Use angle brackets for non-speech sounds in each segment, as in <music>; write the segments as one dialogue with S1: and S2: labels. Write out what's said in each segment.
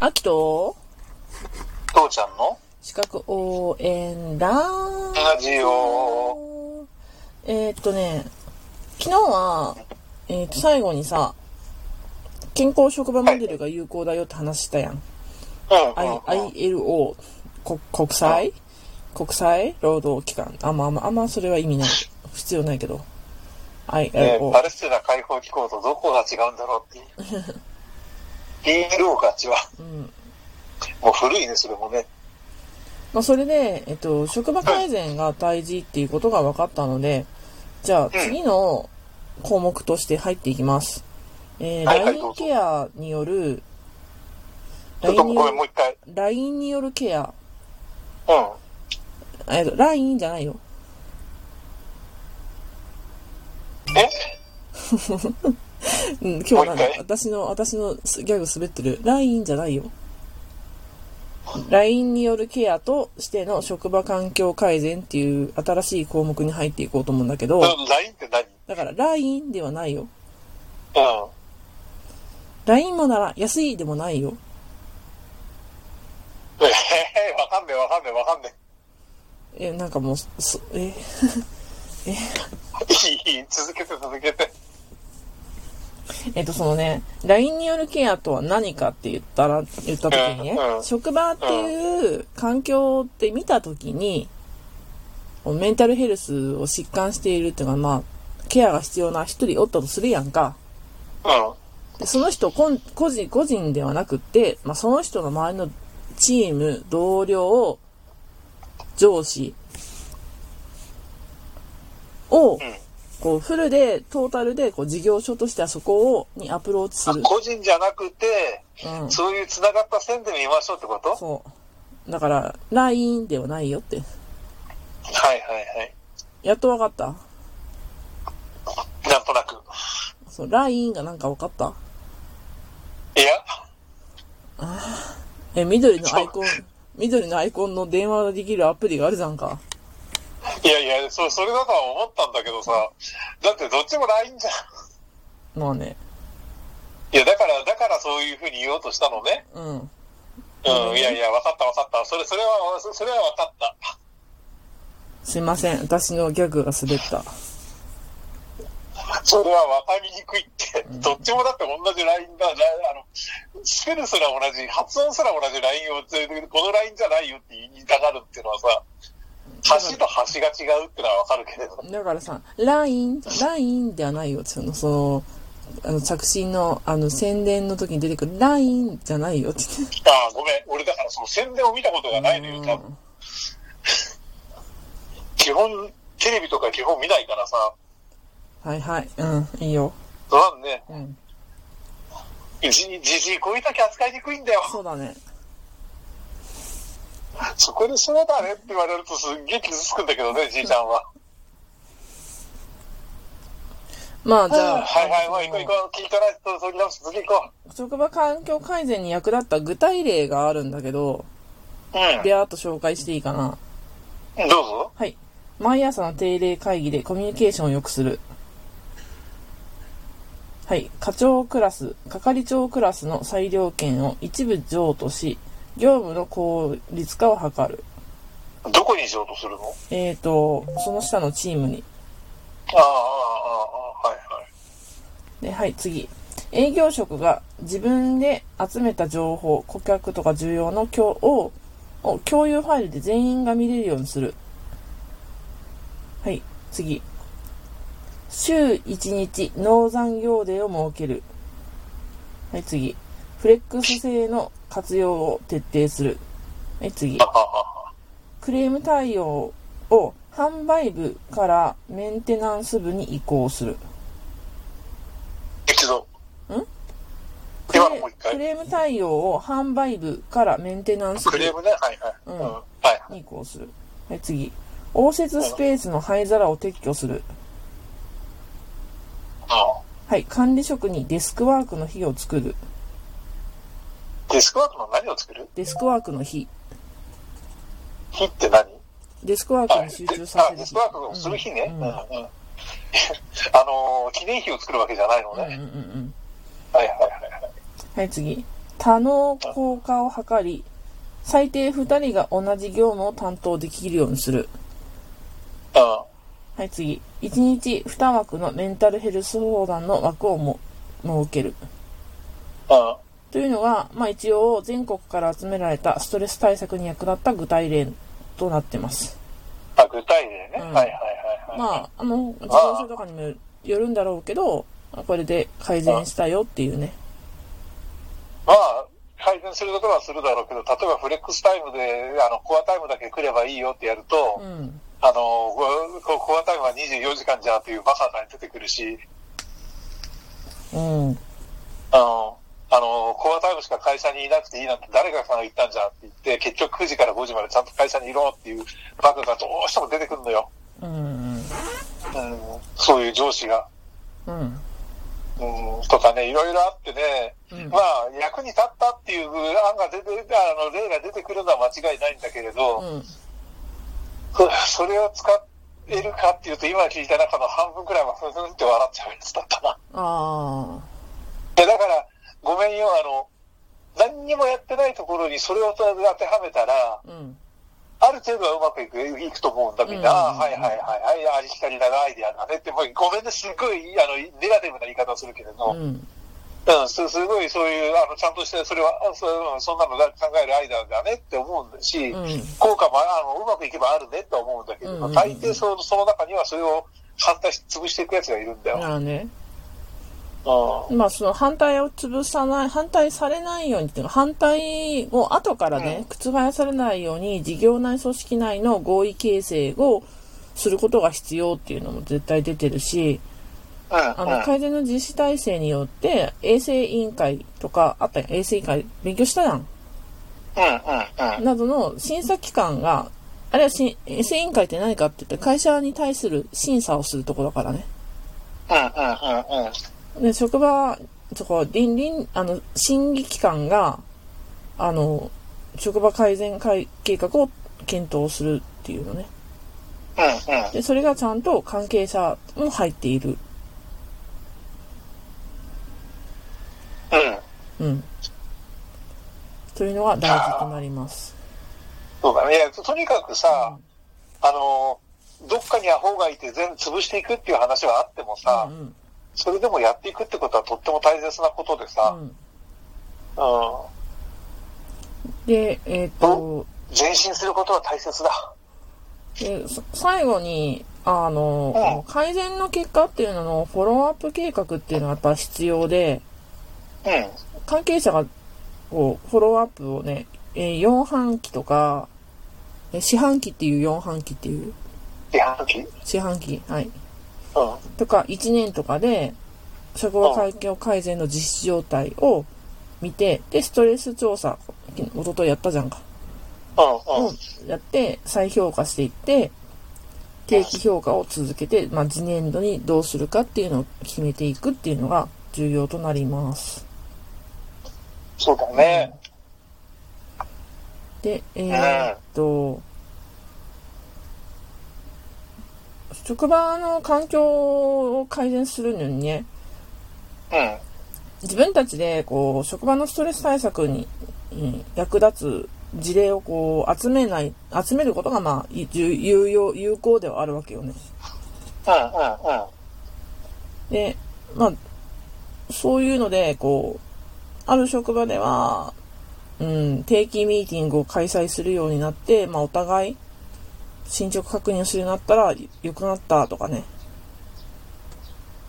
S1: あと、
S2: 父ちゃんの
S1: 資格応援ラ
S2: ラジオ。
S1: オ。えーっとね、昨日は、えーっと、最後にさ、健康職場モデルが有効だよって話したやん。
S2: うんうんうん。
S1: I- ILO こ国際国際労働機関あんまあんまあんまそれは意味ない必要ないけど
S2: ね
S1: ILO
S2: パレスチナ解放機構とどこが違うんだろうっていう。PLO が違う。もう古いね、それもね。
S1: まあそれで、えっと、職場改善が大事っていうことが分かったのでじゃあ次の項目として入っていきます、えー、
S2: はいはい
S1: LINE
S2: どうぞ
S1: ケアによる
S2: ちょっ
S1: LINE
S2: と
S1: によ
S2: ごめん、
S1: る
S2: もう一回。
S1: LINE によるケア
S2: うん。
S1: えっと LINE じゃないよ
S2: え
S1: うん、今日なん
S2: もう
S1: だ
S2: 一回。
S1: 私の、私のすギャグ滑ってる。LINE じゃないよ。LINE によるケアとしての職場環境改善っていう新しい項目に入っていこうと思うんだけど、
S2: LINE って何
S1: だから LINE ではないよ。
S2: うん。
S1: LINE もなら安いでもないよ。
S2: <laughs> えへへ、わかんねえ、わかんねえ、わかんね
S1: え、なんかもう、そえ、
S2: え。いい、いい、続けて、続けて。
S1: えっとそのね、LINE によるケアとは何かって言ったら、言った時にね
S2: うんう、ん
S1: 職場っていう環境って見た時に、メンタルヘルスを疾患しているっていうか、まあ、ケアが必要な一人おったとするやんか。
S2: うん。
S1: でその人こん個人、個人ではなくって、まあその人の周りのチーム、同僚、上司を、こうフルで、トータルで、こう事業所としてはそこを、にアプローチす
S2: あ
S1: る。
S2: 個人じゃなくて、
S1: うん
S2: そういう繋がった線で見ましょうってことは
S1: そう。だから、LINE ではないよって。
S2: いはいはい。
S1: やっとわかった。
S2: なんとなく。
S1: そう、LINE がなんかわかった
S2: いや、
S1: え、緑のアイコン、緑のアイコンの電話ができるアプリがあるじゃんか。
S2: いやいや、そそれだとは思ったんだけどさ、だってどっちも LINE じゃん。 <laughs>
S1: まあね。
S2: いや、だから、だからそういうふうに言おうとしたのね。
S1: うん。
S2: うん、いやいや、分かった分かった。それ、それは、そそれは分かった。
S1: すいません。私のギャグが滑った。
S2: それは分かりにくいって。どっちもだって同じ LINE だ。ラあの、スペルすら同じ、発音すら同じ LINE を連れてくる、この LINE じゃないよって言いたがるっていうのはさ、橋と橋が違うってのは分かるけれど。
S1: だからさ、LINE、LINE ではないよ。その、その、あの、着信の、あの、宣伝の時に出てくる LINE じゃないよって <laughs> 言って。
S2: ああ、ごめん。俺だからその宣伝を見たことがないのよ、多分。基本、テレビとか基本見ないからさ。
S1: はいはい。うん、いいよ。
S2: なんね、
S1: うん。
S2: じじじいこういう時扱いにくいんだよ。 <laughs>
S1: そうだね。
S2: そこでそうだねって言われるとすっげえ傷つくんだけどね、じいちゃんは。
S1: まあ、じゃあ。
S2: はいはい、はい、行こう行こう。聞いたら、そそり直す、次行こ
S1: 職場環境改善に役立った具体例があるんだけど、
S2: う。う
S1: ビャーっと紹介していいかな。
S2: ん。どうぞ。
S1: はい。毎朝の定例会議でコミュニケーションを良くする。はい。課長クラス、係長クラスの裁量権を一部譲渡し、業務の効率化を図る。
S2: どこにしようとするの
S1: えーと、その下のチームに。
S2: ああ、ああ、ああ、はいはい。
S1: で、はい、次。営業職が自分で集めた情報、顧客とか重要の共をを共有ファイルで全員が見れるようにする。はい、次。週1日農産業デーを設ける。はい、次。フレックス制の活用を徹底する。はい、次。
S2: ああ、
S1: クレーム対応を販売部からメンテナンス部に移行する。
S2: 一度。
S1: クレ
S2: 今のもう一
S1: ク
S2: 回。
S1: レーム対応を販売部からメンテナンス部
S2: クレームね、はいはい。
S1: う
S2: うんん。はい。
S1: に移行する。はい、次。応接スペースの灰皿を撤去する。
S2: ああ。
S1: はい、管理職にデスクワークの日を作る。
S2: デスクワークの何を作る
S1: デスクワークの日。
S2: 日って何
S1: デスクワーク
S2: は
S1: に
S2: い。
S1: 集
S2: で
S1: 中さ
S2: あ
S1: せる
S2: デス
S1: 日
S2: ク。ワークをする日ね。
S1: う
S2: うん
S1: う
S2: ん、うん <laughs> ん、あのー記念碑を作るわけじゃないの
S1: うん
S2: ね。
S1: うんうんうん。
S2: はいはいはいはい。
S1: はい、次。多能効果を図り、最低2人が同じ業務を担当できるようにする。
S2: あ
S1: はい、次。1日2枠のメンタルヘルス相談の枠をも設ける。
S2: あ、
S1: というのが、まあ、一応全国から集められたストレス対策に役立った具体例となってます。
S2: あ、具体例ね。
S1: うん
S2: はいはいはいはい。
S1: まあ、あの、事業所とかにもよるんだろうけど、これで改善したよっていうね。
S2: まあ、改善するところはするだろうけど、例えばフレックスタイムで、あの、コアタイムだけ来ればいいよってやると、
S1: うん。
S2: あの、ココアタイムは24時間じゃっていうバカが出てくるし、
S1: うん。
S2: あの、あの、コアタイムしか会社にいなくていいなんて誰が言ったんじゃんって言って、結局9時から5時までちゃんと会社にいろっていうバカがどうしても出てくるのよ。
S1: うん。
S2: うん、そういう上司が。
S1: うん。
S2: うん、とかね、いろいろあってね、
S1: うん
S2: まあ、役に立ったっていう案が出て、あの、例が出てくるのは間違いないんだけれど、
S1: うん。
S2: そそれを使えるかっていうと、今聞いた中の半分くらいはふふんって笑っちゃうやつだったな。
S1: ああ。
S2: で、だから、ごめんよ、あの、何にもやってないところにそれを当てはめたら、
S1: うん。
S2: ある程度はうまくいく、いくと思うんだ、みんな。
S1: うん
S2: ああはいはいはい、はい、ありきたりだな、アイデアだねって、もうごめんね、すっごい、あの、ネガティブな言い方をするけれど、
S1: う
S2: うん、
S1: ん。
S2: すすごいそういう、あの、ちゃんとして、それは、あそうんそんなのが考えるアイデアだねって思うし、
S1: うん
S2: 効果も、あの、うまくいけばあるねと思うんだけ
S1: うんうん
S2: ど、
S1: うん
S2: 大抵その、その中にはそれを反対し潰していくやつがいるんだよ。
S1: まあね。
S2: うん
S1: まあその反対を潰さない、反対されないようにっていうのは、反対を後からね、覆されないように事業内組織内の合意形成をすることが必要っていうのも絶対出てるし、
S2: うん。
S1: あ
S2: う
S1: の
S2: ん
S1: 改善の実施体制によって衛生委員会とかあったやん衛生委員会勉強したやん
S2: うんうんうん。
S1: などの審査機関があるいはし衛生委員会って何かって言って会社に対する審査をするところだからね
S2: うんうんうんうん。
S1: で職場そこ倫倫あの審議機関があの職場改善会計画を検討するっていうのね
S2: うんうん。
S1: でそれがちゃんと関係者も入っている
S2: うん。
S1: うんというのが大事となります
S2: そうだね。いや、とにかくさ、あの、どっかにアホがいて全部潰していくっていう話はあってもさ、
S1: うんうん
S2: それでもやっていくってことはとっても大切なことで
S1: う
S2: さ、
S1: ん
S2: うん。
S1: で、えっ、と、
S2: 前進することは大切だ。
S1: でそ最後に、あの、改善の結果っていうののフォローアップ計画っていうのがやっぱ必要で、
S2: うん。うん。
S1: 関係者がこうフォローアップをね、えー4半期とか、えー四半期っていう4半期っていう、
S2: 批判期。うん。
S1: 四半期、はい。
S2: うん。
S1: とか、1年とかで、職場環境改善の実施状態を見て、で、ストレス調査、おとといやったじゃんか。
S2: うん。うん
S1: を。やって再評価していって定期評価を続けて、まあ、次年度にどうするかっていうのを決めていくっていうのが重要となります
S2: そうだね。
S1: でえーっと職場の環境を改善するのにね
S2: うん。
S1: 自分たちでこう職場のストレス対策にうん役立つ事例をこう集めない集めることがまあい重有用有効ではあるわけよね。
S2: うん。うん。うん。
S1: で、まあ、そういうので、こう、ある職場では、うん、定期ミーティングを開催するようになって、まあ、お互い、進捗確認をするようになったら、良くなったとかね。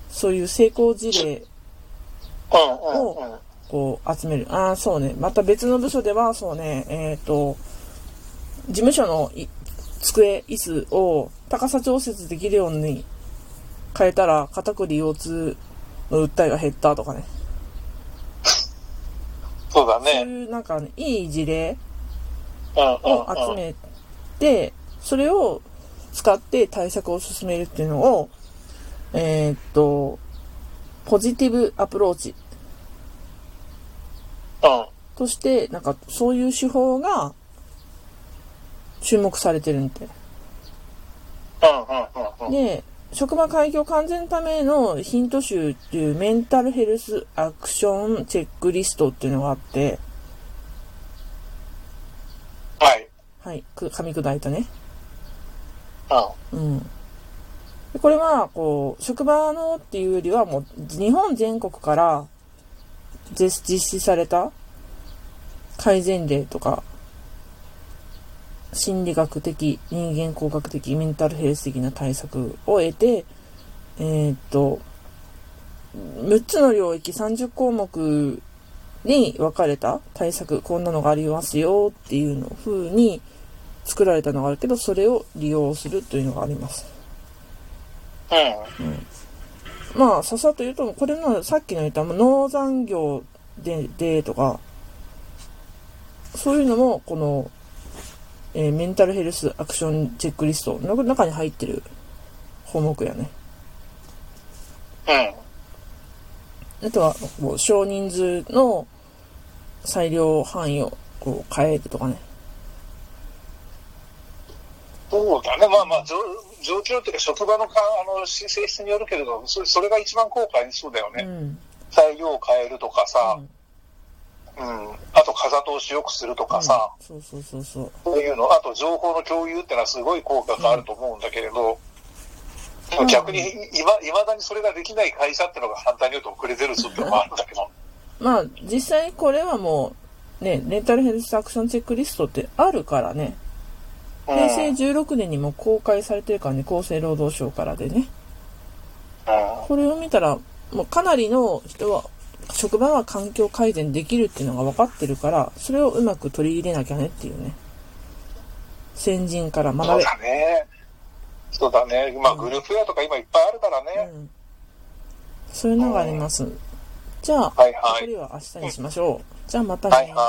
S1: そういう成功事例
S2: うん。うん。
S1: を集める。ああ、そうね。また別の部署では、そうね、えっ、と、事務所のい机、椅子を高さ調節できるように変えたら、肩こり腰痛の訴えが減ったとかね。
S2: そうだ
S1: そう
S2: ね。
S1: いうなんかね、いい事例
S2: うん。
S1: を
S2: うん。
S1: 集
S2: うん。
S1: めて、それを使って対策を進めるっていうのを、えーっと、ポジティブアプローチ
S2: うん。
S1: として、なんかそういう手法が注目されてるんで。
S2: うん。うん。うん。
S1: で、職場開業完全のためのヒント集っていうメンタルヘルスアクションチェックリストっていうのがあって、はい、く噛み砕いたね。
S2: う
S1: う
S2: ん。
S1: ん。でこれは、こう、職場のっていうよりは、もう、日本全国から実実施された改善例とか、心理学的、人間工学的、メンタルヘルス的な対策を得て、えーっと、6つの領域30項目に分かれた対策、こんなのがありますよっていうの風に作られたのがあるけど、それを利用するというのがあります。
S2: うん。
S1: まあ、ささっと言うと、これのさっきの言ったもう農産業ででとか、そういうのも、この、えーメンタルヘルスアクションチェックリストの中に入ってる項目やね。
S2: うん。
S1: あとは、こう少人数の裁量範囲をこう変えるとかね。
S2: そうだね。まあまあ、状状況というか、職場のかあのし性質によるけれど、そそれが一番後悔にそうだよ
S1: う
S2: ね。
S1: ん。
S2: 材料を変えるとかさ、うん。あと、風通し良くするとかさ、
S1: そうそうそうそう。
S2: そういうの、あと情報の共有ってのはすごい効果があると思うんだけれど、でも逆にいまいまだにそれができない会社ってのが反対に言うと遅れてるぞっていうのもあるんだけど、
S1: まあ、実際これはもう、ね、レンタルヘルスアクションチェックリストってあるからね。
S2: うん
S1: 平成16年にも公開されてるからね、厚生労働省からでね。
S2: う
S1: これを見たら、もうかなりの人は、職場は環境改善できるっていうのが分かってるから、それをうまく取り入れなきゃねっていうね。先人から
S2: ん、
S1: 学
S2: そう
S1: べ。
S2: だね。そうだね。まあ、グループ屋とか今いっぱいあるからね。
S1: うん。そういうのがあります。じゃあ、
S2: はいはい
S1: 残りは明日にしましょう。じゃあまたね。
S2: はいはい。